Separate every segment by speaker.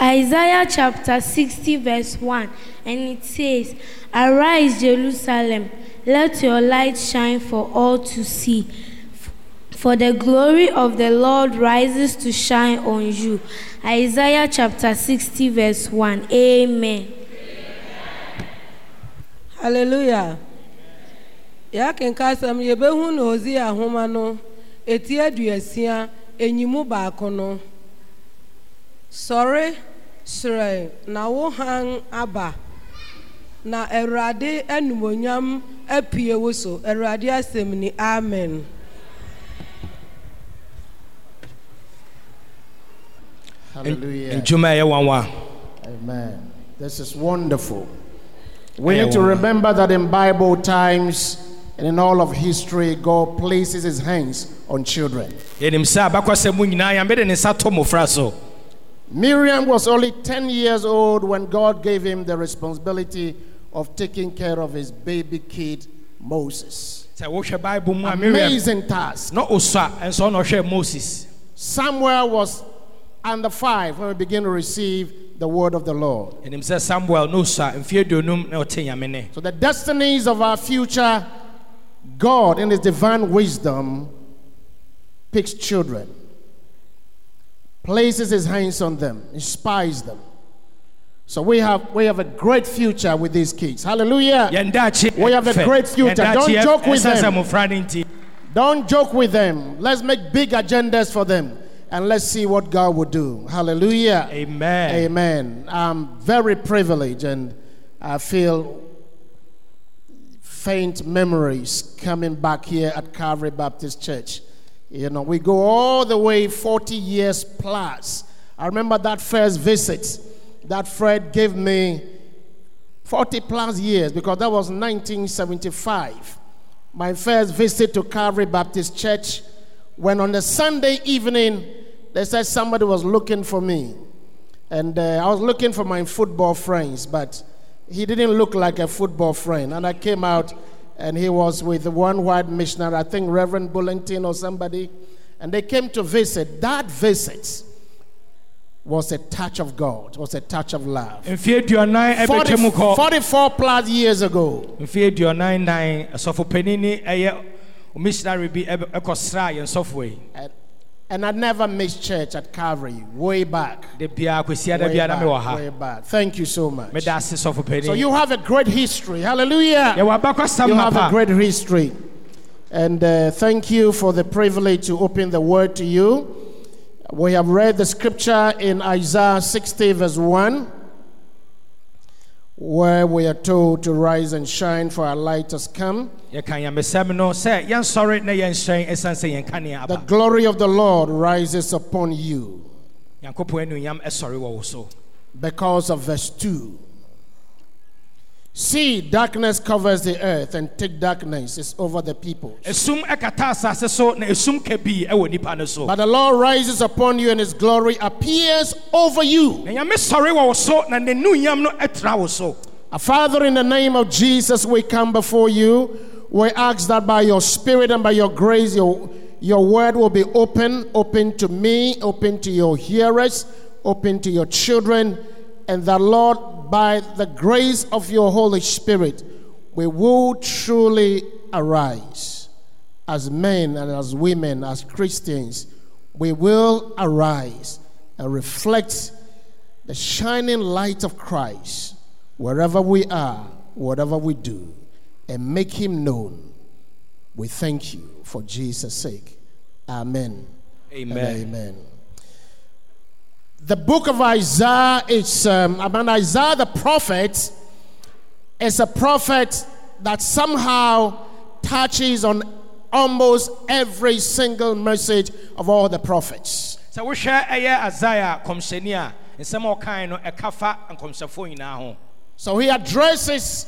Speaker 1: Isaiah chapter 60, verse 1, and it says, Arise, Jerusalem, let your light shine for all to see. For the glory of the Lord rises to shine on you. Isaiah chapter 60, verse 1. Amen.
Speaker 2: hallelujah yà kínka sẹm yẹbẹhu na ozi ahoma no eti aduasia enyimu baako no sọre srẹ na wo han aba na awurade enumonyam apue wo so awurade asɛm ni amen
Speaker 3: Hallelujah.
Speaker 4: ntwuma ɛyɛ nwanwa
Speaker 3: Amen. This is wonderful. We need to
Speaker 4: Amen.
Speaker 3: remember that in Bible times and in all of history, God places his hands on children.
Speaker 4: yɛnim sɛ abakɔsɛm mu nyinaa yɛambɛde ne nsa tɔ mmɔfra so
Speaker 3: Miriam was only 10 years old when God gave him the responsibility of taking care of his baby kid, Moses.
Speaker 4: sɛ wohwɛ bible mu a Ah, miriam
Speaker 3: Amazing task.
Speaker 4: na ɔsua ɛnso na ɔhwɛ moses
Speaker 3: Samuel was under five when we begin to receive the word of the Lord.
Speaker 4: yɛnim sɛ samuel na ɔsua mfeɛ aduonum na ɔte nyame ne
Speaker 3: So the destinies of our future, God in His divine wisdom picks children, places His hands on them, inspires them. So we have we have a great future with these kids. Hallelujah!
Speaker 4: yɛndaakye
Speaker 3: We have a
Speaker 4: fɛ.
Speaker 3: great future.
Speaker 4: Yɛn
Speaker 3: Don't
Speaker 4: daakye
Speaker 3: joke with
Speaker 4: ɛsɛ sɛ
Speaker 3: them.
Speaker 4: mmɔfra no nti
Speaker 3: Don't joke with them. Let's make big agendas for them, and let's see what God will do. Hallelujah!
Speaker 4: amen
Speaker 3: Amen. I'm very privileged and I feel faint memories coming back here at Calvary Baptist Church. You know, we go all the way 40 years plus. I remember that first visit that Fred gave me 40 plus years because that was 1975. My first visit to Calvary Baptist Church when on the Sunday evening they said somebody was looking for me. And uh, I was looking for my football friends, but he didn't look like a football friend. And I came out, and he was with one white missionary, I think Reverend Bullington or somebody. And they came to visit. That visit was a touch of God, was a touch of love.
Speaker 4: mfeɛ aduanan
Speaker 3: 40
Speaker 4: ɛbɛtwa e mu kɔ
Speaker 3: 44 plus years ago,
Speaker 4: mfeɛ aduanan nan asɔfopanin ne ɛyɛ e missionary bi e ɛbɛ- ɛkɔsraa yɛn sɔfoɔ yi
Speaker 3: and, and I never missed church at Calvary, way back.
Speaker 4: da biara kwasi ada
Speaker 3: Way
Speaker 4: biara na mewɔ
Speaker 3: back, way
Speaker 4: ha
Speaker 3: back. Thank you so much.
Speaker 4: meda ase sɔfopanin
Speaker 3: So you have a great history. Hallelujah.
Speaker 4: yɛwɔ abakɔsɛm
Speaker 3: You have a
Speaker 4: mapa
Speaker 3: great history. And uh, thank you for the privilege to open the word to you. We have read the scripture in Isaiah 60, verse 1, where we are told to rise and shine, for our light has come.
Speaker 4: yɛka nyamesɛm no sɛ yɛnsɔre na yɛnhyɛn ɛsiane sɛ yɛnka nea
Speaker 3: The
Speaker 4: aba
Speaker 3: glory of the Lord rises upon you.
Speaker 4: nyankopɔn anuonyam ɛsɔre wɔ wo so
Speaker 3: because of verse 2. See, darkness covers the earth, and thick darkness is over the people.
Speaker 4: esum e ɛkata asase so na esum kabii ɛwɔ nipa no so
Speaker 3: But the Lord rises upon you, and his glory appears over you.
Speaker 4: na nyame sɔre wɔ wo so na ne nuonyam no ɛtra wo so
Speaker 3: Our Father, in the name of Jesus, we come before you. We ask that by your spirit and by your grace, your, your word will be open, open to me, open to your hearers, open to your children, and that, Lord, by the grace of your Holy Spirit, we will truly arise as men and as women, as Christians. We will arise and reflect the shining light of Christ wherever we are, whatever we do, and make him known. We thank you for Jesus' sake. Amen. and
Speaker 4: amen
Speaker 3: amen. The book of Isaiah is, um, I mean, Isaiah the prophet is a prophet that somehow touches on almost every single message of all the prophets.
Speaker 4: sɛ wohwɛ ɛyɛ asaia kɔmhyɛni a nsɛm a ɔkae no ɛka fa nkɔmhyɛfoɔ nyinaa ho
Speaker 3: So he addresses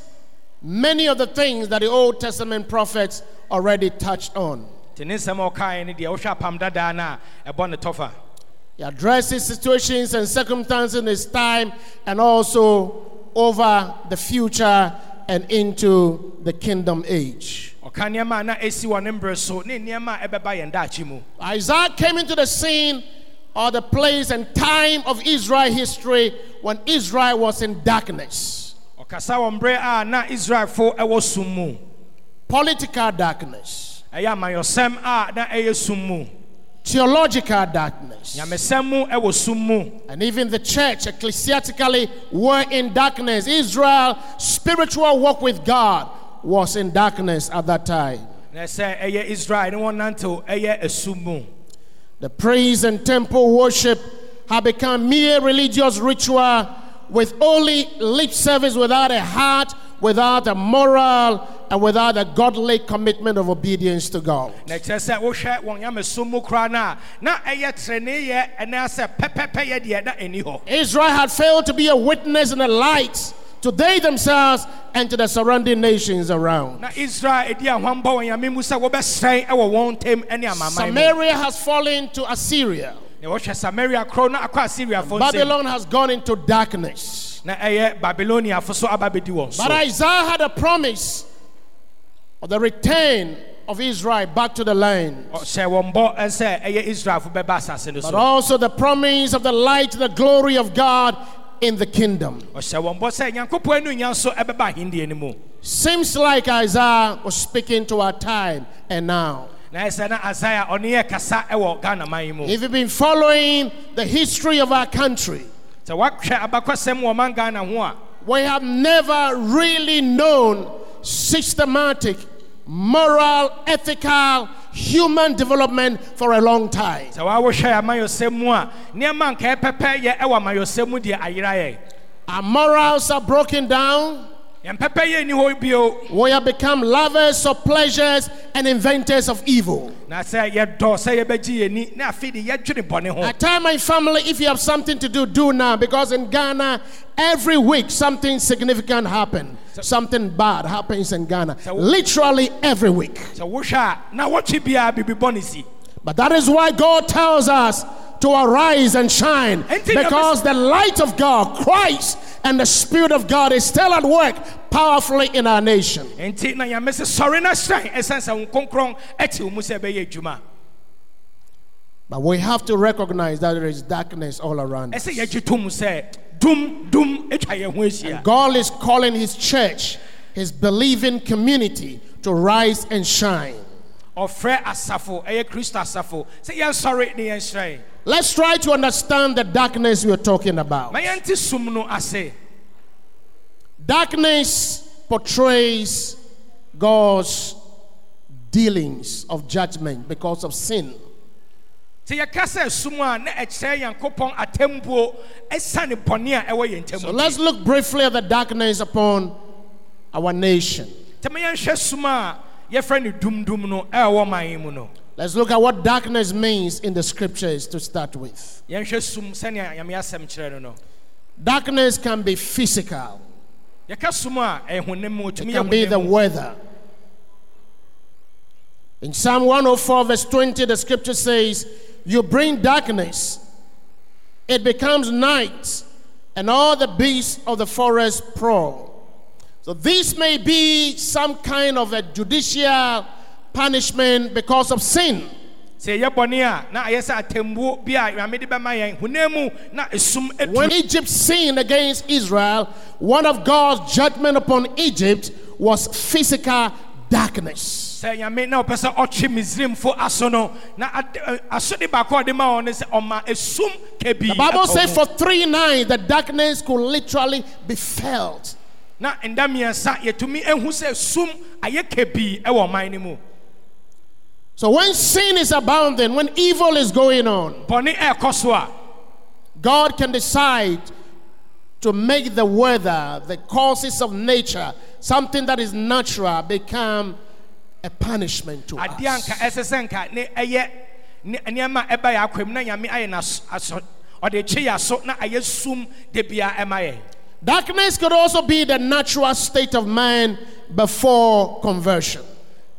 Speaker 3: many of the things that the Old Testament prophets already touched on.
Speaker 4: nti ne nsɛm a ɔkae no deɛ wohwɛ apam dadaa no a ɛbɔ ne tɔfa
Speaker 3: He addresses situations and circumstances in his time and also over the future and into the kingdom age.
Speaker 4: ɔka nneɛma a na ɛsi wɔ ne mberɛ so ne nneɛma a ɛbɛba yɛn e daakye mu
Speaker 3: Isaiah came into the scene or the place and time of Israel history when Israel was in darkness,
Speaker 4: ɔkasa wɔ mmerɛ a na israelfo ɛwɔ sum mu
Speaker 3: political darkness,
Speaker 4: ɛyɛ amanyɔsɛm a na ɛyɛ sum mu
Speaker 3: theological darkness,
Speaker 4: nyamesɛm mu ɛwɔ sum mu
Speaker 3: and even the church ecclesiastically were in darkness. Israel's spiritual walk with God was in darkness at that time.
Speaker 4: na sɛ ɛyɛ israel ne wɔnantew ɛyɛ esum mu
Speaker 3: The praise and temple worship have become mere religious ritual with only lip service without a heart, without a moral, and without a godly commitment of obedience to God.
Speaker 4: na kyerɛ sɛ wohwɛ wɔn nyamesum mu koraa no a na ɛyɛ tereneeyɛ ɛnaasɛ pɛpɛpɛyɛ deɛ na ɛni hɔ
Speaker 3: Israel had failed to be a witness and a light to they themselves and to the surrounding nations around.
Speaker 4: na israel e ɛdi ahwambɔ wɔ nyame mu sɛ wɔbɛsɛn ɛwɔ wɔn ntam ne amaman mu
Speaker 3: Samaria has fallen to Assyria.
Speaker 4: na wɔhwɛ samaria korɔ na akɔ asiriafoɔ nsam
Speaker 3: Babylon has gone into darkness.
Speaker 4: na ɛyɛ babiloniafo so aba bɛdi wɔn so
Speaker 3: But Isaiah had a promise of the return of Israel back to the land,
Speaker 4: ɔhyɛ wɔn bɔ sɛ ɛyɛ israelfo bɛba asase no Oh, so
Speaker 3: but also the promise of the light, the glory of God in the kingdom.
Speaker 4: ɔhyɛ wɔn bɔ sɛ nyankopɔn e anunya nso ɛbɛba ahendeɛ no mu
Speaker 3: Seems like Isaiah was speaking to our time and now.
Speaker 4: na ɛyɛ sɛ na asaia ɔne yɛ kasa ɛwɔ ghana man yi mu
Speaker 3: If you've been following the history of our country,
Speaker 4: sɛ woahwɛ abakɔsɛm wɔ man ghana ho a
Speaker 3: we have never really known systematic, moral, ethical, human development for a long time.
Speaker 4: sɛ woawohwɛ amayɔsɛm mu a nneɛma nkae pɛpɛyɛ ɛwɔ amayɔsɛm mu deɛ ayera yɛ
Speaker 3: Our morals are broken down.
Speaker 4: yɛn pɛpɛyɛ nni hɔ bio
Speaker 3: We have become lovers of pleasures and inventors of evil.
Speaker 4: na sɛ yɛdɔ sɛ yɛbɛgye yɛni na afei de yɛdwene bɔne ho
Speaker 3: I tell my family if you have something to do, do now because in Ghana, every week something significant happens. Something bad happens in Ghana. Literally every week.
Speaker 4: sɛ wohwɛ a na wɔtwe biara biribi bɔne si
Speaker 3: But that is why God tells us to arise and shine
Speaker 4: Enti na
Speaker 3: because the light of God, Christ, and the Spirit of God is still at work powerfully in our nation.
Speaker 4: enti na nyame se sɔre na hyerɛn ɛsiane sɛ wo nkronkron ɛte wo mu sɛ ɛbɛyɛ adwuma
Speaker 3: But we have to recognize that there is darkness all around us.
Speaker 4: ɛsɛ yɛgye tom sɛ dum dum atwa yɛn ho ahyia
Speaker 3: God is calling His church, His believing community, to rise and shine.
Speaker 4: ɔfrɛ asafo ɛyɛ kristo asafo sɛ yɛnsɔre ne yɛnhyerɛn
Speaker 3: Let's try to understand the darkness we are talking about.
Speaker 4: ma yɛnte sum no ase
Speaker 3: Darkness portrays God's dealings of judgment because of sin.
Speaker 4: nti yɛka sɛ sum a e na ɛkyerɛ nyankopɔn atembuo ɛsiane bɔne a e ɛwɔ yɛn
Speaker 3: So
Speaker 4: ntam no.
Speaker 3: let's look briefly at the darkness upon our nation.
Speaker 4: nti ma yɛnhwɛ sum a yɛfrɛ no dumdum no e ɛwɔ man yi mu no
Speaker 3: Let's look at what darkness means in the scriptures to start with.
Speaker 4: yɛnhwɛ sum sɛnea nyame asɛm kyerɛ no no
Speaker 3: Darkness can be physical,
Speaker 4: yɛka sum a ɛyɛ honam mu
Speaker 3: It
Speaker 4: ɔtumi
Speaker 3: can be
Speaker 4: yɛ
Speaker 3: the
Speaker 4: honam mu.
Speaker 3: weather. In Psalm 104, verse 20, the scripture says, You bring darkness, it becomes night, and all the beasts of the forest prowl. So, this may be some kind of a judicial punishment because of sin.
Speaker 4: sɛ yɛ bɔne a na ɛyɛ sɛ atembuo bi a nyame de bɛma yɛn honam mu na esum
Speaker 3: When
Speaker 4: ɛtu
Speaker 3: Egypt sinned against Israel, one of God's judgment upon Egypt was physical darkness.
Speaker 4: sɛ nyame na ɔpɛ sɛ ɔkye misraimfo aso no na ade- ɛ, asode baako a ɔde ma wɔn no sɛ ɔma esum kabii
Speaker 3: The Bible
Speaker 4: atɔ
Speaker 3: says
Speaker 4: wɔn.
Speaker 3: for three nights the darkness could literally be felt.
Speaker 4: na nda mmiɛnsa yɛtumi ehu sɛ sum ayɛ kabii ɛwɔ ɔman no mu
Speaker 3: So when sin is abounding, when evil is going on,
Speaker 4: bɔne ɛɛkɔ so a
Speaker 3: God can decide to make the weather, the causes of nature, something that is natural, become a punishment to
Speaker 4: adeɛ anka
Speaker 3: us.
Speaker 4: ɛsɛ sɛ nka ne ɛyɛ ne- nneɛma a ɛba yɛ akwam na nyame ayɛ n'aso aso- ɔde kye yɛ aso na ayɛ sum de bia ɛma yɛn
Speaker 3: Darkness could also be the natural state of man before conversion.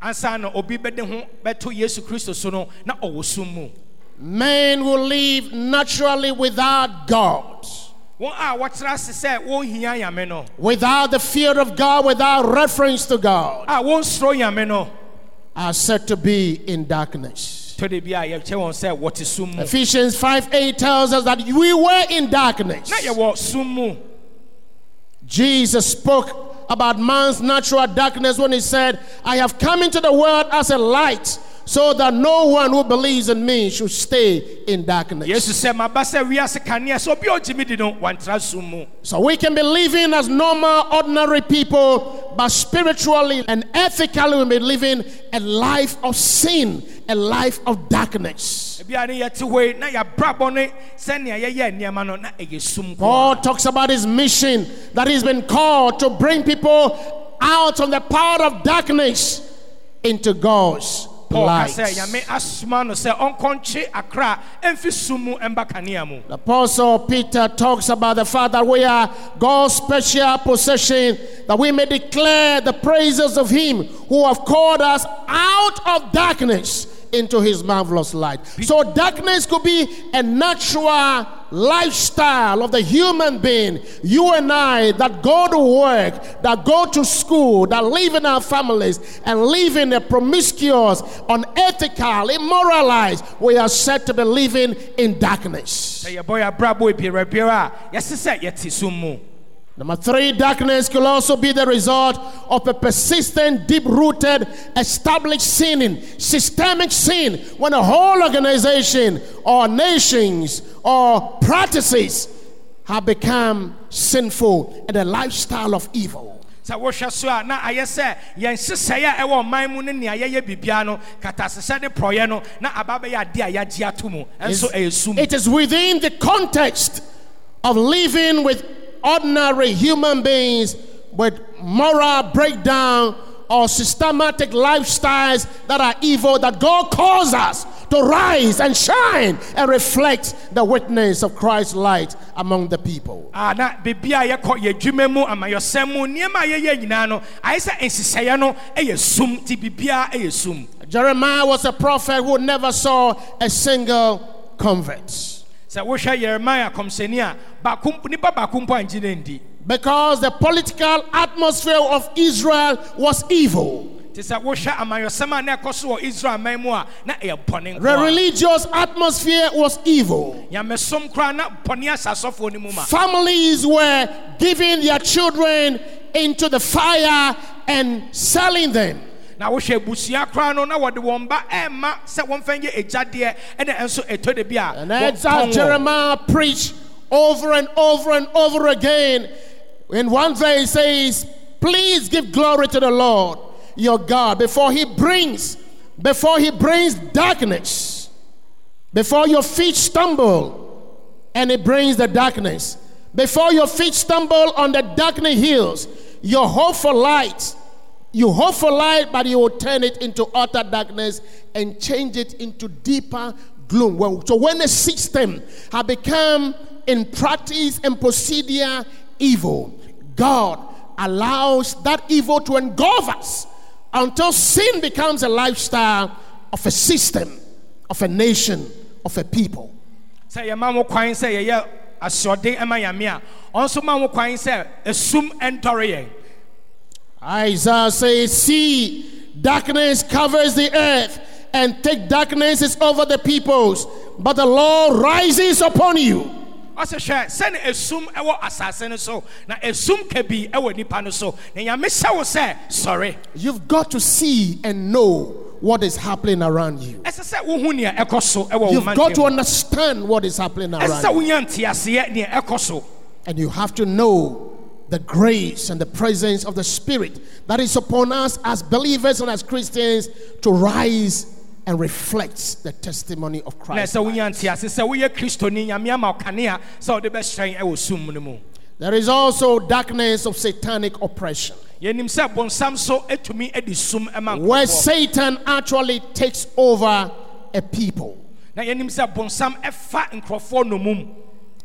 Speaker 4: ansa na obi bɛde ho bɛto yesu kristo so no na ɔwɔ sum mu
Speaker 3: Man will live naturally without God.
Speaker 4: wɔn a wɔtena ase sɛ wɔnhia nyame no
Speaker 3: without the fear of God, without reference to God,
Speaker 4: a wɔnsuro nyame no
Speaker 3: are said to be in darkness.
Speaker 4: tɔ de bi a yɛkyɛ wɔn sɛ wɔte sum mu
Speaker 3: Ephesians 5 8 tells us that we were in darkness.
Speaker 4: na yɛwɔ sum mu
Speaker 3: Jesus spoke about man's natural darkness when he said, I have come into the world as a light, so that no one who believes in me should stay in darkness.
Speaker 4: yesu sɛ maba sɛ wiase kanea sɛ obi a ogyimi di no wantena sum mu
Speaker 3: So we can be living as normal, ordinary people, but spiritually and ethically, we may be living a life of sin, a life of darkness.
Speaker 4: ebi a ne yɛte hɔ yi na yɛabrabɔ ne sɛnea yɛyɛ nneɛma no na ɛyɛ sum
Speaker 3: Paul talks about his mission that he's been called to bring people out from the power of darkness into God's
Speaker 4: Paul ka
Speaker 3: light.
Speaker 4: sɛ nyame asoma no sɛ ɔnkɔnkye akra ɛmfi sum mu ɛmba kanea mu
Speaker 3: The Apostle Peter talks about the fact that we are God's special possession, that we may declare the praises of Him who have called us out of darkness into His marvelous light. So, darkness could be a natural lifestyle of the human being. You and I that go to work, that go to school, that live in our families, and live in a promiscuous, unethical, immoralized, we are said to be living in darkness.
Speaker 4: sɛ yɛbɔ yɛ abrabɔ biara biara a yɛse sɛ yɛte sum mu
Speaker 3: Number three, darkness could also be the result of a persistent, deep rooted, established sinning, systemic sin, when a whole organization or nations or practices have become sinful and a lifestyle of evil.
Speaker 4: sɛ wohwɛ so a na ayɛ sɛ yɛn sesɛe a ɛwɔ ɔman mu ne nea yɛyɛ biribiara no katasesɛ ne porɔeɛ no na aba bɛyɛ ade a yɛagye ato mu ɛnso ɛyɛ sum
Speaker 3: It is within the context of living with ordinary human beings with moral breakdown or systematic lifestyles that are evil that God calls us to rise and shine and reflect the witness of Christ's light among the people.
Speaker 4: a Ah, na beebi a yɛkɔ yɛ adwuma mu amayɔsɛm mu nneɛma a yɛyɛ nyinaa no ayɛ sɛ nsesɛeɛ no ɛyɛ sum nti biribiara ɛyɛ sum
Speaker 3: Jeremiah was a prophet who never saw a single convert.
Speaker 4: sɛ wohwɛ yeremia kɔmsɛni a baako mp- nnipa baako mpo angye no ndi
Speaker 3: Because the political atmosphere of Israel was evil.
Speaker 4: nti sɛ wohwɛ amayɔsɛm a na ɛkɔ so wɔ israel man mu a na ɛyɛ bɔne
Speaker 3: The
Speaker 4: nko
Speaker 3: religious atmosphere was evil.
Speaker 4: a nyamesom koraa na bɔne ahyɛ asɔfoɔ no mu ma
Speaker 3: Families were giving their children into the fire and selling them.
Speaker 4: na wohwɛ abusua koraa no na wɔde wɔn ba ɛma sɛ wɔmfa nyɛ agyadeɛ ɛna ɛnso ɛtɔ de bi a
Speaker 3: And that's how
Speaker 4: wɔtɔn wɔn.
Speaker 3: Jeremiah preached over and over and over again. In one verse, he says, Please give glory to the Lord your God before he brings, before he brings darkness, before your feet stumble, and it brings the darkness. Before your feet stumble on the darkening hills, your hope for light. You hope for light, but you will turn it into utter darkness and change it into deeper gloom. Well, so when a system has become in practice and procedure evil, God allows that evil to engulf us until sin becomes a lifestyle of a system, of a nation, of a people.
Speaker 4: sɛ yɛma mo kwan sɛ yɛyɛ asoɔden ɛma nyame a ɔnso ma mo kwan sɛ esum ɛntɔre yɛn
Speaker 3: Isaiah says, See, darkness covers the earth, and thick darkness is over the peoples, but the Lord rises upon you.
Speaker 4: ɔsɛ hwɛ sɛne esum ɛwɔ asase no so na esum kabii ɛwɔ nipa no so na nyame hyɛ wo sɛ sɔre
Speaker 3: You've got to see and know what is happening around you.
Speaker 4: ɛsɛ sɛ wohu nea ɛkɔ so ɛwɔ wo
Speaker 3: You've got to
Speaker 4: mantam
Speaker 3: understand what is happening
Speaker 4: ɛsɛ
Speaker 3: around
Speaker 4: sɛ
Speaker 3: you.
Speaker 4: wonya nteaseɛ nea ɛkɔ so
Speaker 3: And you have to know the grace and the presence of the Spirit that is upon us as believers and as Christians to rise and reflect the testimony of
Speaker 4: na
Speaker 3: Christ.
Speaker 4: ɛsɛ wonya ntease sɛ woyɛ kristoni nyame ama wo kanea sɛ wode bɛhyerɛn ɛwɔ sum no mu
Speaker 3: There is also darkness of satanic oppression.
Speaker 4: yɛnim sɛ bonsam so eh, atumi adi sum eh, ma
Speaker 3: where
Speaker 4: nkurɔfoɔ
Speaker 3: Satan actually takes over a people
Speaker 4: na yɛnim sɛ bonsam ɛfa nkurɔfoɔ nomum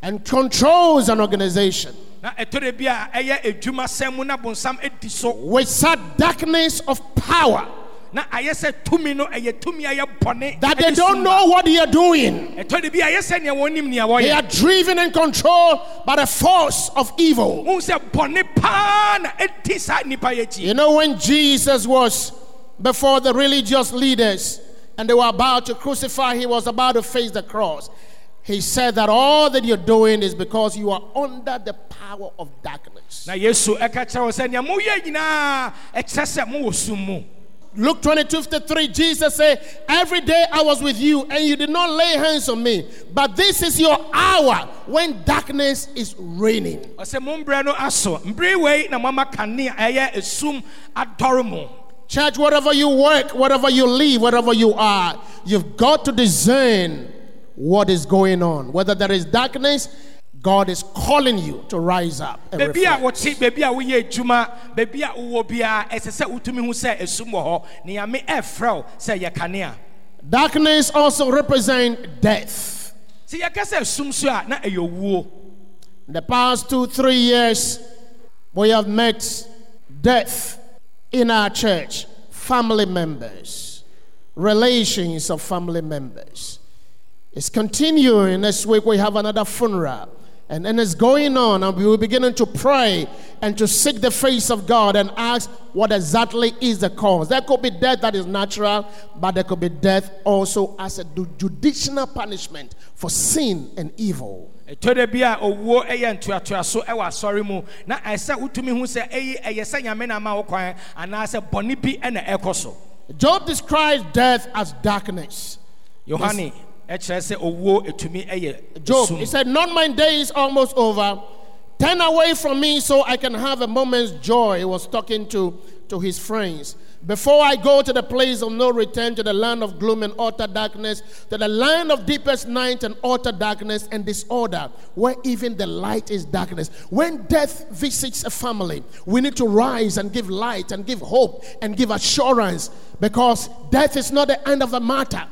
Speaker 3: and controls an organization
Speaker 4: na ɛtɔre bi a ɛyɛ adwuma sɛm mu na bonsam edi so
Speaker 3: with such darkness of power
Speaker 4: na ayɛ sɛ tumi no ɛyɛ tumi a ɛyɛ bɔne
Speaker 3: that they don't know what they are doing.
Speaker 4: ɛtɔre bi a ɛyɛ sɛ nea wɔnim nea
Speaker 3: They are
Speaker 4: wɔyɛ
Speaker 3: driven and controlled by the force of evil.
Speaker 4: wohu sɛ bɔne paa na ɛdi saa nnipa yɛ akyi
Speaker 3: You know, when Jesus was before the religious leaders, and they were about to crucify, he was about to face the cross. He said that all that you're doing is because you are under the power of darkness.
Speaker 4: na yesu e ɛka kyerɛ wɔ sɛ nea moyɛ nyinaa ɛkyerɛ sɛ mowɔ sum E mu
Speaker 3: Luke 22 53, Jesus said, Every day I was with you, and you did not lay hands on me. But this is your hour when darkness is reigning.
Speaker 4: ɔsɛ mo mberɛ no aso mbere wei na moama kanea ɛyɛ esum adɔre mo
Speaker 3: Church, wherever you work, wherever you live, wherever you are, you've got to discern what is going on. Whether there is darkness, God is calling you to rise up. And
Speaker 4: baabi a
Speaker 3: reflect.
Speaker 4: wɔte baabi a woyɛ adwuma baabi a wowɔ biara ɛsɛ sɛ wotumi ho e sɛ esum wɔ hɔ neame ɛfrɛ wo sɛ yɛ kanea
Speaker 3: Darkness also represents death.
Speaker 4: sɛ yɛka sɛ esum so a na ɛyɛ owuo
Speaker 3: In the past two, three years, we have met death in our church, family members, relations of family members. It's continuing. Next week we have another funeral. And, and it's going on, and we will beginning to pray and to seek the face of God and ask what exactly is the cause. There could be death that is natural, but there could be death also as a ju- judicial punishment for sin and evil.
Speaker 4: ɛtɔda bi a owuo ɛyɛ ntoatoaso ɛwɔ asɔre mu na ɛsɛ wotumi ho sɛ ɛyi ɛyɛ sɛ nyame na ama wo kwan anaasɛ bɔne bi ɛna ɛkɔ so
Speaker 3: Job describes death as darkness.
Speaker 4: yohane ɛkyerɛ sɛ owuo ɛtumi ɛyɛ
Speaker 3: Job,
Speaker 4: esum.
Speaker 3: he said, Not my day is almost over. Turn away from me so I can have a moment's joy. He was talking to, to his friends. Before I go to the place of no return, to the land of gloom and utter darkness, to the land of deepest night and utter darkness and disorder, where even the light is darkness. When death visits a family, we need to rise and give light and give hope and give assurance because death is not the end of the matter.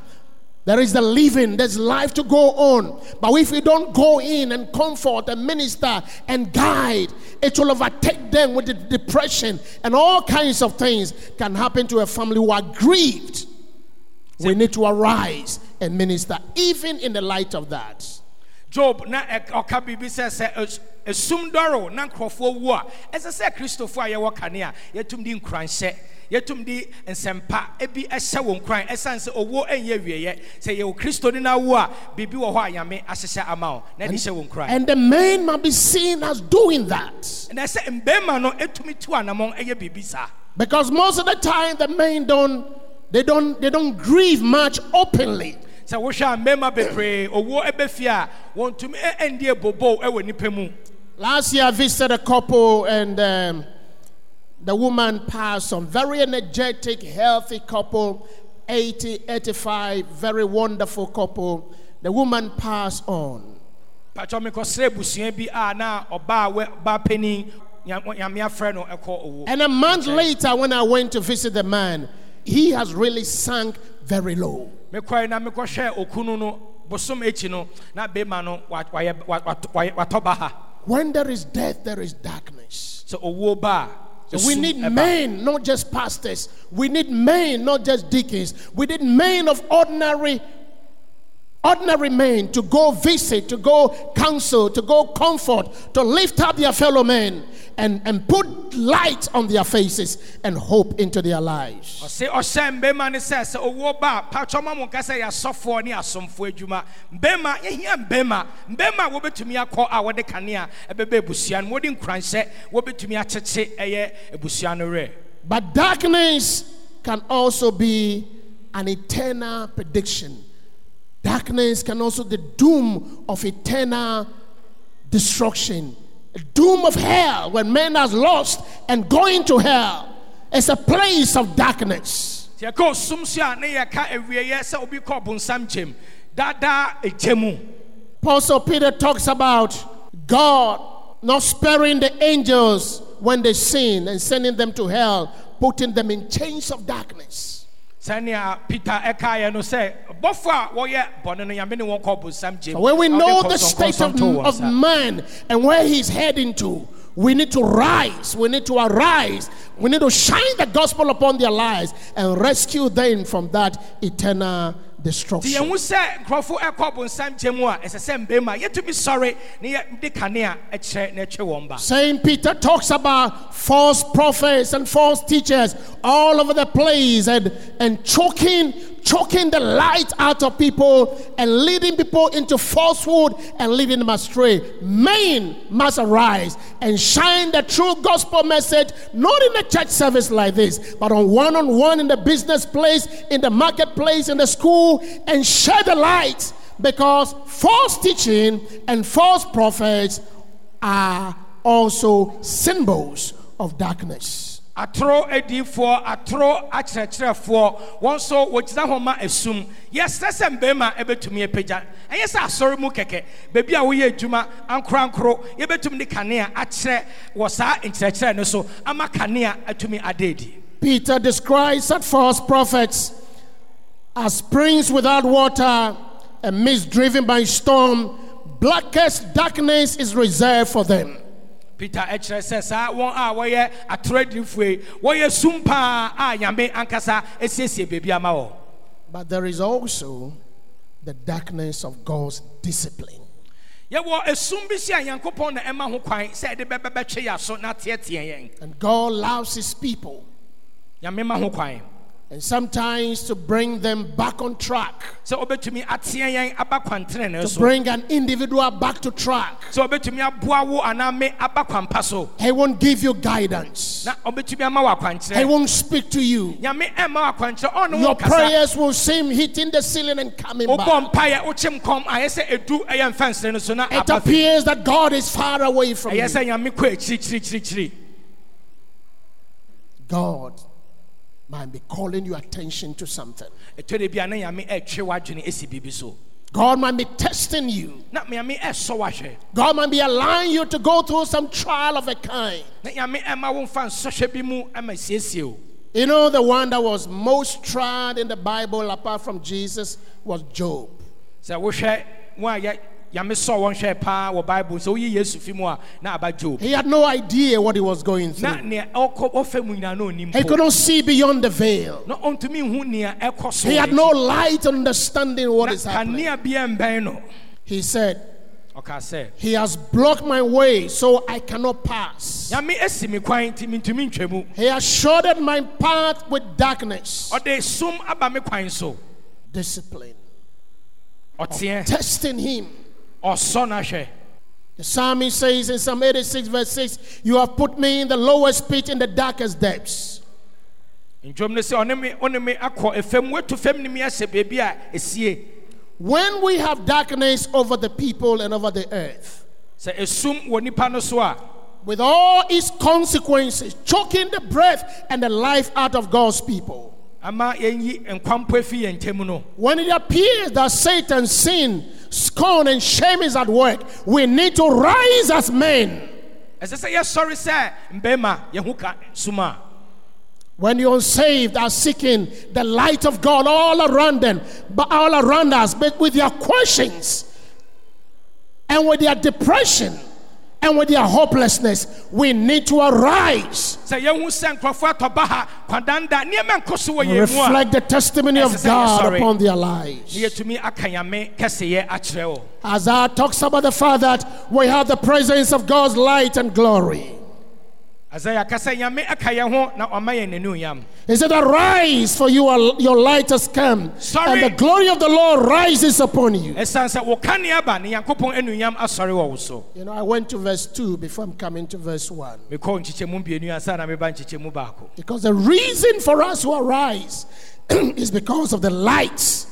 Speaker 3: There is the living, there's life to go on. But if we don't go in and comfort and minister and guide, it will overtake them with the depression and all kinds of things can happen to a family who are grieved. We need to arise and minister, even in the light of that.
Speaker 4: job na ɛk- ɔka biribi sɛ sɛ es- esum dɔre wo na nkurɔfoɔ wu a ɛsɛ sɛ kristofoɔ a yɛwɔ kanea yɛtum de nkuranhyɛ yɛtum de nsɛmpa ebi ɛhyɛ wɔn nkuran ɛsiane sɛ owuo ɛnyɛ awieeɛ sɛ yɛwɔ kristoni na awu a biribi wɔ hɔ a nyame ahyehyɛ ama wo na de hyɛ wɔn nkuran
Speaker 3: And the man must be seen as doing that.
Speaker 4: na sɛ mbɛrima no etumi tu anamɔn ɛyɛ biribi saa
Speaker 3: Because most of the time the men don't they don't they don't grieve much openly.
Speaker 4: sɛ wohwɛ a mbɛrima bebree owuo ɛbɛ fie a wɔntumi ɛ- ɛndie bobo ɛwɔ nipa mu
Speaker 3: Last year, I visited a couple, and um, the woman passed on. Very energetic, healthy couple, 80, 85, very wonderful couple. The woman passed on.
Speaker 4: patwɔ mekɔsrɛ abusua bi a na ɔbaa wɛ ba panin nyam- nyame afrɛ no ɛkɔ owuo
Speaker 3: And a month later, when I went to visit the man, he has really sunk very low.
Speaker 4: mekɔe na mekɔhwɛ okunu no bosom akyi no na bɛrima no wa- wayɛ- wa- wa- wayɛ- watɔ ba ha
Speaker 3: When there is death, there is darkness.
Speaker 4: sɛ owuo ba a
Speaker 3: we
Speaker 4: esum
Speaker 3: need
Speaker 4: ɛba.
Speaker 3: men, not just pastors. We need men, not just deacons. We need men of ordinary, ordinary men to go visit, to go counsel, to go comfort, to lift up their fellow men and, and put light on their faces and hope into their lives.
Speaker 4: ɔse ɔhyɛ mbɛrima no sɛ sɛ owuo ba a patwɔ ma mo nka sɛ yɛasɔfoɔ ne asomfoɔ adwuma mbɛrima yɛhia mbɛrima mbɛrima a wɔbɛtumi akɔ a wɔde kanea ɛbɛbɛ abusua no wɔde nkuranhyɛ wɔbɛtumi akyekye ɛyɛ abusua no werɛ
Speaker 3: But darkness can also be an eternal prediction. Darkness can also the doom of eternal destruction, a doom of hell when man has lost and going to hell. It's a place of darkness.
Speaker 4: nti yɛka osum so a ne yɛka awieyɛ sɛ obi kɔ ɔbonsam gyem daadaa ɛgya mu
Speaker 3: Apostle Peter talks about God not sparing the angels when they sin and sending them to hell, putting them in chains of darkness.
Speaker 4: sɛnea peter ɛkaeɛ no sɛ bɔfoɔ a wɔyɛ bɔne no yame ne wɔn kɔ ɔbonsam gyem
Speaker 3: When we
Speaker 4: na
Speaker 3: know
Speaker 4: wɔde
Speaker 3: the state of,
Speaker 4: nkɔnsɔnkɔnsɔn too wɔn
Speaker 3: of
Speaker 4: nsa.
Speaker 3: man and where he's heading to, we need to rise. We need to arise. We need to shine the gospel upon their lives and rescue them from that eternal
Speaker 4: nti
Speaker 3: destruction.
Speaker 4: yɛhu sɛ nkurɔfo ɛkɔ bonsam gye mu a ɛsɛ sɛ mbɛrima yɛtumi sɔre ne yɛde kanea ɛkyerɛ na ɛtwe wɔn ba
Speaker 3: Saint Peter talks about false prophets and false teachers all over the place and, and choking choking the light out of people and leading people into falsehood and leading them astray. Men must arise and shine the true gospel message, not in a church service like this, but on one on one in the business place, in the marketplace, in the school, and share the light because false teaching and false prophets are also symbols of darkness.
Speaker 4: atoro adiyifoɔ atoro akyerɛkyerɛfoɔ wɔn nso wɔgyina hɔ ma esum yɛsrɛ sɛ mbɛrima ebɛtumi apagya ɛyɛ sɛ asɔre mu kɛkɛ beebi a woyɛ adwuma ankorankoro yɛbɛtumi de kanea akyerɛ wɔ saa nkyerɛkyerɛ no so ama kanea atumi adeedi
Speaker 3: Peter describes such false prophets as springs without water, a mist driven by storm. Blackest darkness is reserved for them.
Speaker 4: peter ɛkyerɛ sɛ saa wɔn a wɔyɛ atoro adiyifoɔ yi wɔyɛ sum paa a nyame ankasa esiesie beebi ama wɔn
Speaker 3: But there is also the darkness of God's discipline.
Speaker 4: yɛwɔ esum bi si a nyankopɔn na ɛma ho kwan sɛ ɛde bɛbɛbɛtwe yɛ aso na teɛteɛ yɛn
Speaker 3: And God loves his people,
Speaker 4: nyame ma ho kwan.
Speaker 3: and sometimes to bring them back on track,
Speaker 4: sɛ obetumi ateɛ yɛn aba kwantenene
Speaker 3: to
Speaker 4: so
Speaker 3: bring an individual back to track.
Speaker 4: sɛ obetumi aboa wo anaa me aba kwampa so
Speaker 3: He won't give you guidance.
Speaker 4: na obetumi ama
Speaker 3: He
Speaker 4: wo akwankyerɛ
Speaker 3: won't speak to you.
Speaker 4: nyame ɛma wo akwankyerɛ ɔne wo
Speaker 3: Your
Speaker 4: kasa
Speaker 3: prayers will seem hitting the ceiling and coming back.
Speaker 4: wobɔ mpaeɛ wokye nkɔm ayɛ sɛ ɛdu ɛyɛ mfɛnsere no so na
Speaker 3: It
Speaker 4: aba fi
Speaker 3: appears that God is far away from
Speaker 4: ɛyɛ
Speaker 3: you.
Speaker 4: sɛ nyame kɔ akyirikyirikyirikyiri
Speaker 3: God might be calling your attention to something.
Speaker 4: ɛtɔre bi a na nyame ɛtwe w'adwene ɛsi biribi so
Speaker 3: God might be testing you.
Speaker 4: na nyame ɛsɔ wahwɛ
Speaker 3: God might be allowing you to go through some trial of a kind.
Speaker 4: na nyame ɛma wo mfa nsɔhwɛ bi mu ama siesie o
Speaker 3: You know, the one that was most tried in the Bible apart from Jesus was Job.
Speaker 4: sɛ wohwɛ wo a yɛ- nyame sɔ wɔn hwɛ paa wɔ bible sɛ woyi yesu fi mu a na aba job
Speaker 3: He had no idea what he was going
Speaker 4: na
Speaker 3: through,
Speaker 4: nea ɔkɔ ɔfɛ mu nyinaa na onim
Speaker 3: he couldn't see beyond the veil.
Speaker 4: na ɔntumi nhu nea ɛkɔ so
Speaker 3: He
Speaker 4: wɔ
Speaker 3: had
Speaker 4: n'akyi.
Speaker 3: no light on understanding what
Speaker 4: na
Speaker 3: is happening.
Speaker 4: kanea bia mbɛn no
Speaker 3: He said,
Speaker 4: ɔka sɛ
Speaker 3: He has blocked my way so I cannot pass.
Speaker 4: nyame asi me kwan nti mentumi ntwa mu
Speaker 3: He has shrouded my path with darkness.
Speaker 4: ɔde som aba me kwan so
Speaker 3: Discipline.
Speaker 4: ɔteɛ
Speaker 3: Testing him.
Speaker 4: ɔsɔ no ahwɛ
Speaker 3: The psalmist says in Psalm 86, verse 6, You have put me in the lowest pit in the darkest depths.
Speaker 4: ndwom no sɛ ɔne me wone me akɔ ɛfam watu fam ne me ahyɛ baabi a ɛsie
Speaker 3: When we have darkness over the people and over the earth,
Speaker 4: sɛ ɛsum wɔ nipa no so a
Speaker 3: with all its consequences, choking the breath and the life out of God's people,
Speaker 4: ama yɛnyi nkwampo afi yɛn ntam no
Speaker 3: when it appears that Satan, sin, scorn, and shame is at work, we need to rise as men.
Speaker 4: ɛsɛ sɛ yɛsɔre sɛ mbɛrima yɛho ka som a
Speaker 3: When the unsaved are seeking the light of God all around them, but all around us, but with their questions and with their depression and with their hopelessness, we need to arise
Speaker 4: sɛ yɛhu sɛ nkurɔfoɔ atɔba ha kwadanda nneɛma nkɔ so wɔ
Speaker 3: and
Speaker 4: yɛn mu a
Speaker 3: reflect the testimony of
Speaker 4: Yes, yes, yes,
Speaker 3: God
Speaker 4: sorry.
Speaker 3: upon their lives.
Speaker 4: yɛtumi aka nyame kɛseyɛ akyerɛ wo
Speaker 3: Isaiah talks about the fact that we have the presence of God's light and glory.
Speaker 4: Isaiah kasa nyame aka yɛn ho na ɔma yɛn n'anuonyam
Speaker 3: He said, Arise, for you are, your light has come, and
Speaker 4: Sorry.
Speaker 3: the glory of the Lord rises upon you.
Speaker 4: ɛsiane sɛ wo kane aba ne nyankopɔn anuonyam asɔre wɔ wo so
Speaker 3: You know, I went to verse 2 before I'm coming to verse 1.
Speaker 4: mekɔɔ nkyekyɛmu mmienu ansa na meba nkyekyɛmu baako
Speaker 3: Because the reason for us to arise is because of the light,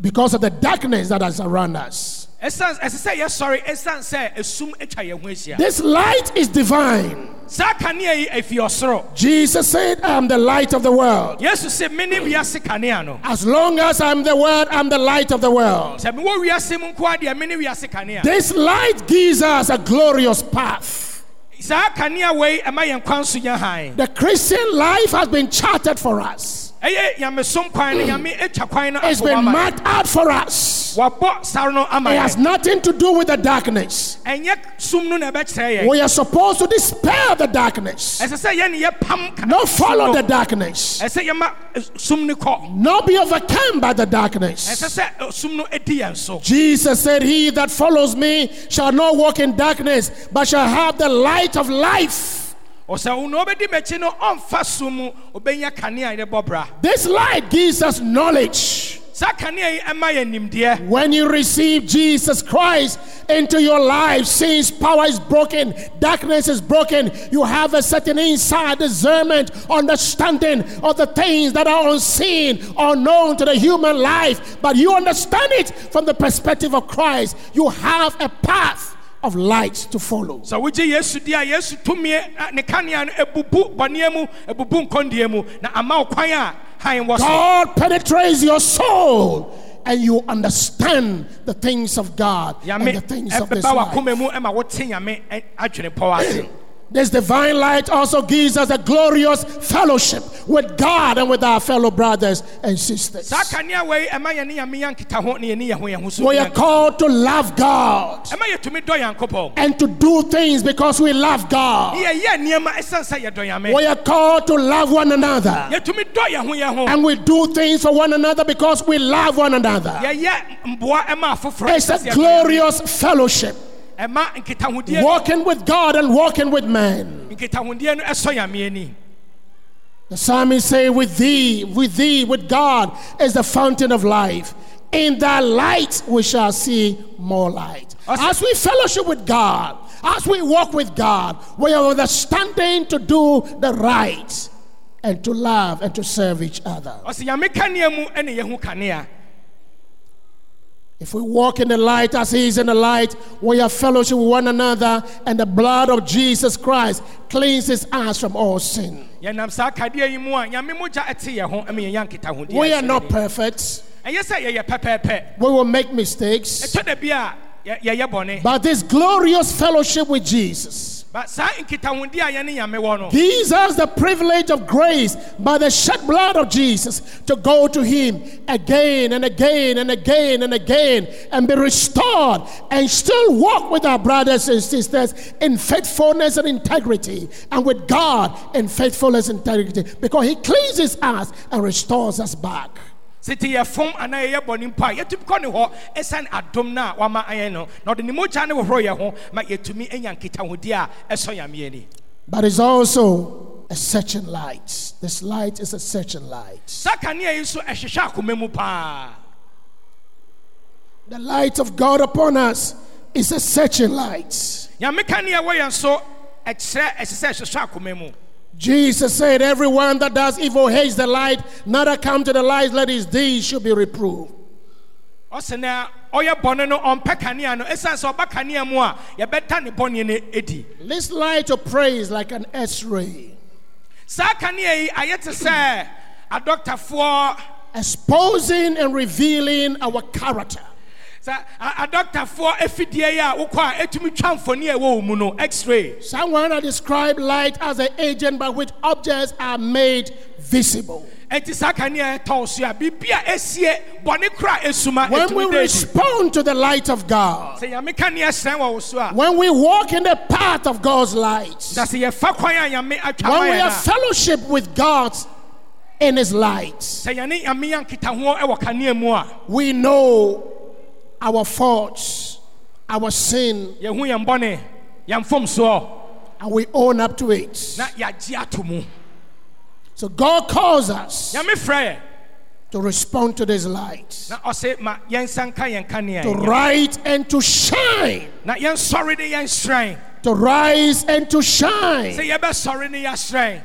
Speaker 3: because of the darkness that is around us.
Speaker 4: Ɛsiane- ɛsɛ sɛ yɛsɔre ɛsiane sɛ esum atwa yɛn ho ahyia
Speaker 3: This light is divine.
Speaker 4: saa kanea yi afi ɔsoro
Speaker 3: Jesus said, I am the light of the world.
Speaker 4: yesu se mene wiase kanea no
Speaker 3: As long as I'm the word, I'm the light of the world.
Speaker 4: sɛ mewɔ wiase mu nko a deɛ mene wiase kanea
Speaker 3: This light gives us a glorious path.
Speaker 4: saa kanea wei ɛma yɛn kwan so yɛ hann
Speaker 3: The Christian life has been charted for us,
Speaker 4: ɛyɛ nyamesom kwan no nyame atwa kwan no
Speaker 3: it's
Speaker 4: abɔ
Speaker 3: been
Speaker 4: ama yɛn.
Speaker 3: marked out for us.
Speaker 4: wabɔ sare no ama
Speaker 3: It has
Speaker 4: yɛn
Speaker 3: nothing to do with the darkness.
Speaker 4: ɛnyɛ sum no na ɛbɛkyerɛ yɛn
Speaker 3: We are supposed to dispel the darkness.
Speaker 4: ɛsɛ sɛ yɛne yɛpam ka-
Speaker 3: Not
Speaker 4: sum
Speaker 3: follow
Speaker 4: no.
Speaker 3: the darkness.
Speaker 4: ɛsɛ sɛ yɛma eh, sum no kɔ
Speaker 3: Not be overcome by the
Speaker 4: ɛsɛ
Speaker 3: darkness.
Speaker 4: sɛ eh, sum no ɛdi yɛn so
Speaker 3: Jesus said, He that follows me shall not walk in darkness, but shall have the light of life.
Speaker 4: ɔsɛ wo na ɔbɛdi m'akyi no ɔmfa so mu ɔbɛnya kanea a yɛbɔ bra
Speaker 3: This light gives us knowledge.
Speaker 4: saa kanea yi ɛma yɛ nimdeɛ
Speaker 3: When you receive Jesus Christ into your life, since power is broken, darkness is broken, you have a certain inside discernment, understanding of the things that are unseen, unknown to the human life. But you understand it from the perspective of Christ. You have a path of light to follow.
Speaker 4: sɛ wogye yesu di a yesu tumi a- ne kanea no ɛbubu bɔneɛ mu ɛbubu nkɔndeɛ mu na ama wo kwan a hann wɔ so
Speaker 3: God penetrates your soul. And you understand the things of God and the
Speaker 4: nyame
Speaker 3: things of
Speaker 4: ɛbɛba
Speaker 3: this life.
Speaker 4: wakoma mu ɛma wote e, nyame ɛ- adwene pɔw ase
Speaker 3: This divine light also gives us a glorious fellowship with God and with our fellow brothers and sisters.
Speaker 4: saa kanea wei ɛma yɛne nyame yɛ nkita ho ne yɛne yɛ ho yɛ ho so
Speaker 3: We are
Speaker 4: ɛma
Speaker 3: called to love God
Speaker 4: yɛtumi dɔ nyankopɔn
Speaker 3: and to do things because we love God.
Speaker 4: ne yɛyɛ nneɛma ɛsiane sɛ yɛdɔ nyame
Speaker 3: We are called to love one another
Speaker 4: yɛtumi dɔ yɛn ho yɛn ho
Speaker 3: and we do things for one another because we love one another.
Speaker 4: yɛyɛ mboa ɛma afoforɔ
Speaker 3: It's a
Speaker 4: ɛsɛ sɛ yɛdɔ yɛn
Speaker 3: glorious fellowship,
Speaker 4: ho. ɛma nkitahodie no-
Speaker 3: walking with God and walking with man.
Speaker 4: nkitahodie no ɛsɔ nyame ani
Speaker 3: The psalmist say, "With thee, with thee, with God is the fountain of life. In thy light we shall see more light."
Speaker 4: Awesome.
Speaker 3: As we fellowship with God, as we walk with God, we are understanding to do the right and to love and to serve each other.
Speaker 4: ɔsɛ nyame kanea mu ɛne yɛhu kanea
Speaker 3: If we walk in the light as He is in the light, we have fellowship with one another, and the blood of Jesus Christ cleanses us from all sin.
Speaker 4: yɛnam saa kadeɛ yi mu a nyame mogya ɛte yɛ ho ma yɛyɛ nkitahodie
Speaker 3: We are
Speaker 4: ɛsɔ
Speaker 3: not
Speaker 4: n'ani.
Speaker 3: perfect.
Speaker 4: ɛyɛ sɛ yɛyɛ pɛpɛɛpɛ
Speaker 3: We will make mistakes.
Speaker 4: ɛtɔ da bi a yɛ- yɛyɛ bɔne
Speaker 3: But this glorious fellowship with Jesus
Speaker 4: Ba- saa nkitahodie a yɛne nyame wɔ no
Speaker 3: gives us the privilege of grace by the shed blood of Jesus to go to Him again and again and again and again and be restored and still walk with our brothers and sisters in faithfulness and integrity and with God in faithfulness and integrity because He cleanses us and restores us back.
Speaker 4: sɛ te yɛfom anaa yɛyɛ bɔne mpo a yɛtumi kɔ ne hɔ ɛsiane adom no a wama ayɛn no na ɔde ne mogya ne hohoro yɛ ho ma yɛtumi anya nkitahodie a ɛsɔ nyame ani
Speaker 3: But it's also a searching light. This light is a searching light.
Speaker 4: saa kanea yi nso ɛhyehyɛ akoma mu paa
Speaker 3: The light of God upon us is a searching light.
Speaker 4: nyame kanea wɔ yɛn so ɛkyerɛ ɛsɛ sɛ ɛhyehyɛ akoma mu
Speaker 3: Jesus said, Everyone that does evil hates the light, neither come to the light, let his deeds should be reproved.
Speaker 4: ɔsɛ na ɔyɛ bɔne no ɔmpɛ kanea no ɛsiane sɛ ɔba kanea mu a yɛbɛda ne bɔne no adi
Speaker 3: This light of prayer is like an x ray,
Speaker 4: saa kanea yi ayɛ te sɛ adɔktafoɔ
Speaker 3: exposing and revealing our character.
Speaker 4: sɛ a- adɔktafoɔ afidie yi a wokɔ a ɛtumi twa mfoni a ɛwɔ wo mu no x-ray
Speaker 3: Someone has described light as an agent by which objects are made visible.
Speaker 4: ɛnti saa kanea ɛtɔn so a biribi a ɛsie bɔne kora ɛsuma
Speaker 3: When we
Speaker 4: ɛtumi da adi
Speaker 3: respond to the light of God,
Speaker 4: sɛ nyame kanea hyerɛn wɔ wo so a
Speaker 3: when we walk in the path of God's light,
Speaker 4: sɛ sɛ yɛfa kwan a nyame atwa ma
Speaker 3: when we
Speaker 4: yɛn
Speaker 3: have
Speaker 4: a
Speaker 3: fellowship with God in His light,
Speaker 4: sɛ yɛne nyame yɛ nkitahoɔ ɛwɔ kanea mu a
Speaker 3: we know our faults, our sin,
Speaker 4: yɛhu yɛn bɔne yɛn mfomsoɔ
Speaker 3: and we own up to it.
Speaker 4: na yɛagye ato mu
Speaker 3: So God calls us
Speaker 4: nyame frɛ yɛ
Speaker 3: to respond to this light,
Speaker 4: na ɔse ma yɛnsa nka yɛn kanea
Speaker 3: to
Speaker 4: yi.
Speaker 3: rise and to shine,
Speaker 4: na yɛnsɔre ne yɛnhyerɛn
Speaker 3: to rise and to shine.
Speaker 4: sɛ yɛbɛsɔre ne yɛahyerɛn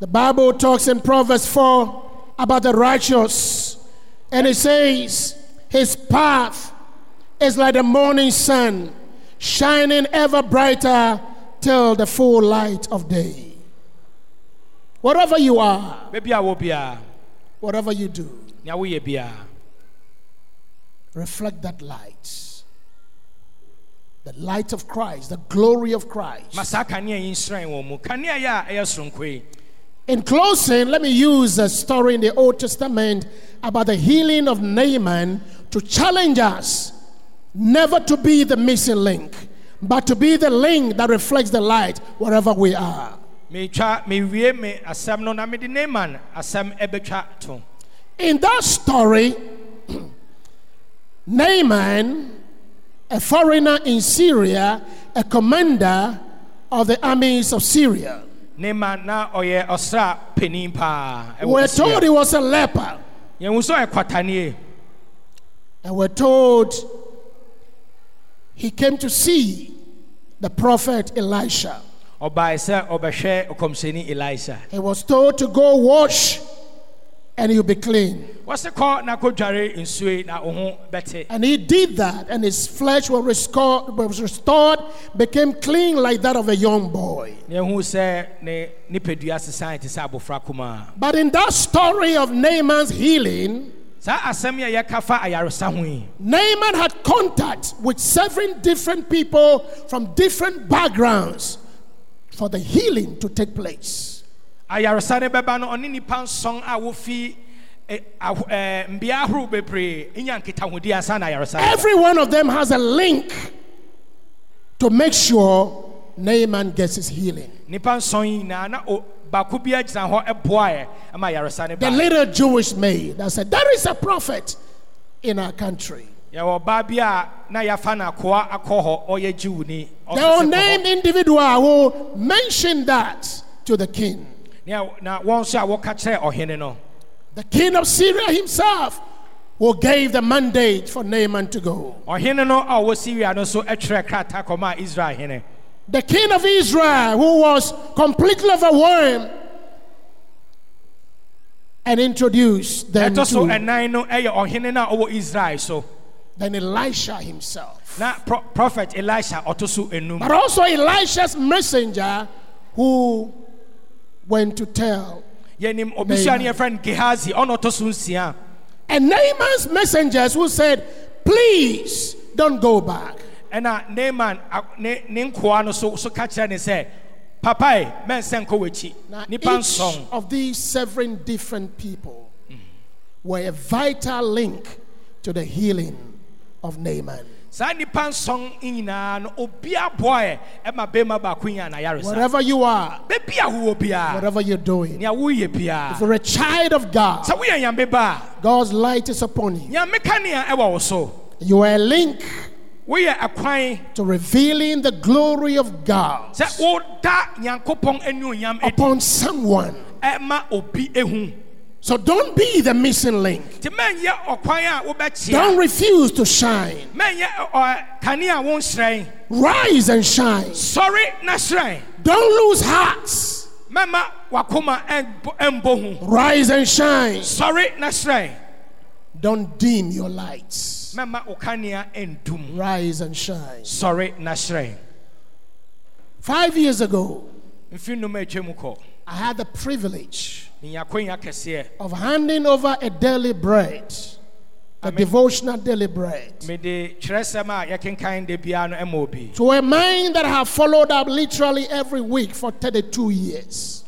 Speaker 3: The Bible talks in Proverbs 4 about the righteous, and it says, His path is like the morning sun, shining ever brighter till the full light of day. Wherever you are,
Speaker 4: baabi a wɔ biara
Speaker 3: whatever you do,
Speaker 4: nea woyɛ biara
Speaker 3: reflect that light. The light of Christ, the glory of
Speaker 4: ma
Speaker 3: Christ.
Speaker 4: saa kanea yi nhyerɛn wɔ mu kanea yi a ɛyɛ soronko yi
Speaker 3: In closing, let me use a story in the Old Testament about the healing of Naaman to challenge us never to be the missing link, but to be the link that reflects the light wherever we are.
Speaker 4: metwa mewie me asɛm no na mede naman asɛm ɛbɛtwa to
Speaker 3: In that story, Naaman, a foreigner in Syria, a commander of the armies of Syria,
Speaker 4: ne ma na ɔyɛ ɔsra panin paa
Speaker 3: We're told he was a leper,
Speaker 4: yɛhu sɛ ɔyɛ kwatanie
Speaker 3: and we're told he came to see the prophet Elisha.
Speaker 4: ɔbae sɛ ɔbɛhwɛ ɔkɔmhyɛni elisa
Speaker 3: He was told to go wash and you'll be clean.
Speaker 4: wɔse kɔ na kɔdware nsuo yi na wo ho bɛte
Speaker 3: And he did that, and his flesh was restored, was restored became clean like that of a young boy.
Speaker 4: na yɛhu sɛ ne nipadua sesan te sɛ abɔfra kumaa
Speaker 3: But in that story of Naaman's healing,
Speaker 4: saa asɛm yɛ yɛka fa ayaresa ho yi
Speaker 3: Naaman had contact with seven different people from different backgrounds for the healing to take place.
Speaker 4: ayaresa ne bɛba no ɔne nnipa nson a wofi eh, aho- eh, mbea ahorow bebree nya nkitahodi ansa na ayaresa no ba.
Speaker 3: Every one of them has a link to make sure Naaman gets his healing.
Speaker 4: nnipa nson yi nyinaa na o- baako bi agyina hɔ ɛboaeɛ e ama ayaresa ne
Speaker 3: The
Speaker 4: ba
Speaker 3: little Jewish maid that said, There is a prophet in our country.
Speaker 4: yɛwɔ ɔbaa bi a na yɛafa no akoa akɔ hɔ ɔyɛ gyiwni
Speaker 3: The unnamed individual who mentioned that to the king.
Speaker 4: na wɔn nso a wɔka kyerɛ ɔhene no
Speaker 3: The king of Syria himself who gave the mandate for Naaman to go.
Speaker 4: ɔhene no a ɔwɔ syria no e nso twerɛ krataa kɔmaa israel hene
Speaker 3: The king of Israel, who was completely overwhelmed, and introduced them
Speaker 4: ɛtɔ so
Speaker 3: to
Speaker 4: ɛnan no yɛ ɔhene no a ɔwɔ israel so
Speaker 3: then Elisha himself.
Speaker 4: na pro- prophet elisha ɔto so enum
Speaker 3: But also Elisha's messenger, who went to tell.
Speaker 4: yɛnim obisua ne yɛfrɛ no gehazi ɔna ɔtɔ so nsia
Speaker 3: And Naaman's messengers, who said, Please don't go back.
Speaker 4: ɛna naaman a- ne ne nkoa no so so ka kyerɛ ne sɛ papae mɛnsɛ nkɔ w'akyi
Speaker 3: Now,
Speaker 4: nnipa
Speaker 3: each
Speaker 4: nson
Speaker 3: of these seven different people were a vital link to the healing of Naaman.
Speaker 4: saa nnipa nson nyinaa no e obi aboaɛ ɛma bɛrima baako nya anayaresa
Speaker 3: Wherever you are,
Speaker 4: bɛbi a wowɔ biara
Speaker 3: whatever you're doing.
Speaker 4: nea woyɛ biara
Speaker 3: For a child of
Speaker 4: sɛ
Speaker 3: God,
Speaker 4: woyɛ nyame ba
Speaker 3: God's light is upon
Speaker 4: a
Speaker 3: you.
Speaker 4: nyame ka nea ɛwɔ wo so
Speaker 3: You are a link
Speaker 4: woyɛ ɛkwan
Speaker 3: to revealing the glory of God
Speaker 4: sɛ woda nyankopɔn anuonyam adi
Speaker 3: upon someone.
Speaker 4: ɛma obi ehu
Speaker 3: So don't be the missing link.
Speaker 4: nti mɛnyɛ ɔkwan a wobɛkyea
Speaker 3: Don't refuse to shine.
Speaker 4: mɛnyɛ ɛ- ɔ- kanea a wonhyerɛn
Speaker 3: Rise and shine.
Speaker 4: sɔre na hyerɛn
Speaker 3: Don't lose hearts.
Speaker 4: mɛma wakoma ɛmbo- ɛmbɔ hu
Speaker 3: Rise and shine.
Speaker 4: sɔre na hyerɛn
Speaker 3: Don't dim your lights.
Speaker 4: mɛma wo kanea ɛndum
Speaker 3: Rise and shine.
Speaker 4: sɔre na hyerɛn
Speaker 3: Five years ago,
Speaker 4: mfi nnum a atwa mu kɔ
Speaker 3: I had the privilege
Speaker 4: menyakwanya kɛseɛ
Speaker 3: of handing over a daily bread, a devotional daily bread.
Speaker 4: mede kyerɛsɛm a yɛkenkan da biara no ɛma obi
Speaker 3: to a man that have followed up literally every week for 32 years.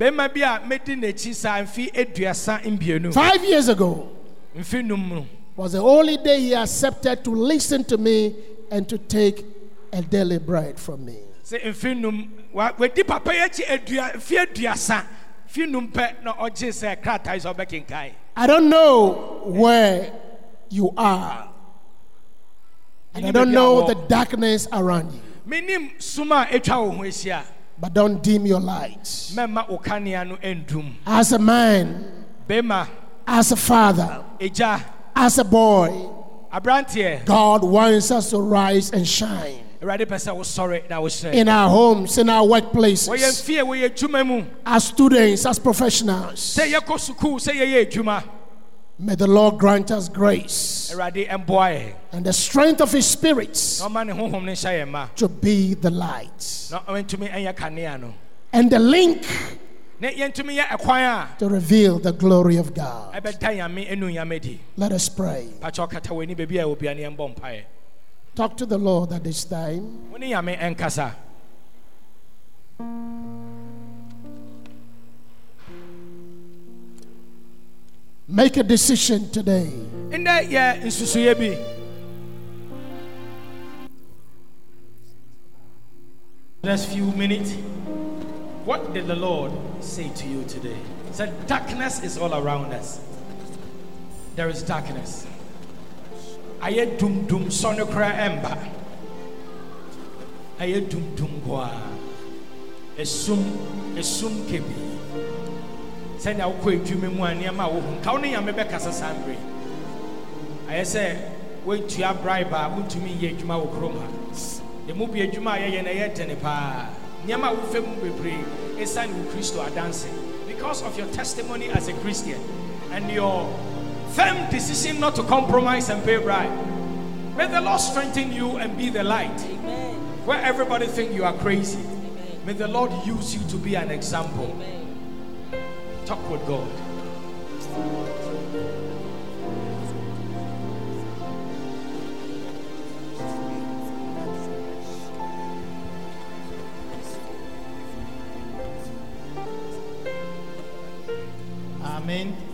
Speaker 4: bɛrima bi a medi n'akyi saa mfe aduasa mmienu
Speaker 3: Five years ago
Speaker 4: mfe nnum no
Speaker 3: was the only day he accepted to listen to me and to take a daily bread from me.
Speaker 4: sɛ mfe num wadi papa yi akyi adua mfe aduasa mfe num pɛ na ɔgye sɛ krataa yi sɛ ɔbɛkenkan
Speaker 3: I don't know where you are, and I don't know the darkness around you,
Speaker 4: menim sum a atwa wo ho ahyia
Speaker 3: but don't dim your lights.
Speaker 4: mɛma wo kanea no andum
Speaker 3: As a man,
Speaker 4: bɛma
Speaker 3: as a father,
Speaker 4: egya
Speaker 3: as a boy,
Speaker 4: aberanteɛ
Speaker 3: God wants us to rise and shine
Speaker 4: awurade pɛ sɛ wosɔre na wohyerɛ
Speaker 3: in our homes, in our
Speaker 4: wɔyɛ
Speaker 3: workplaces.
Speaker 4: mfie wɔyɛ adwuma mu
Speaker 3: as students, as professionals,
Speaker 4: sɛ yɛkɔ sukuu sɛ yɛyɛ adwuma
Speaker 3: may the Lord grant us grace
Speaker 4: awurade ɛmboa yɛ
Speaker 3: and the strength of His Spirit
Speaker 4: na ɔma ne honhom no nhyɛ yɛn ma
Speaker 3: to be the light
Speaker 4: na ɔntumi ɛnyɛ kanea no
Speaker 3: and the link
Speaker 4: na yɛntumi yɛ ɛkwan
Speaker 3: to reveal the glory of God.
Speaker 4: a ɛbɛda nyame anuonyam adi
Speaker 3: Let us pray.
Speaker 4: pakyɛ ɔkata w'ani baabi a ɛwɔ biara na yɛmbɔ mpaeɛ
Speaker 3: Talk to the Lord at this time.
Speaker 4: Wone nyame ɛnkasa
Speaker 3: Make a decision today.
Speaker 4: ndɛ yɛ nsusuiɛ bi next few minutes what did the lord say to you today he said darkness is all around us there is darkness ayɛ dumdum sɔne koraa ɛmba ayɛ dumdum koraa esum esum kebi sɛnea wokɔ edwuma mu a nneɛma a wohu nka wo ne nyame bɛkasa saa mbere ayɛ sɛ woatua bribe uh, a wontumi nyɛ adwuma wɔ kurom ha de mu bi adwuma a yɛyɛ no ɛyɛ dene paa nneɛma a wofa mu bebree ɛsiane wo kristo adanse because of your testimony as a christian and your firm decision not to compromise and pay bribe may the lord strengthen you and be the light where everybody think you are crazy may the lord use you to be an example talk with god amen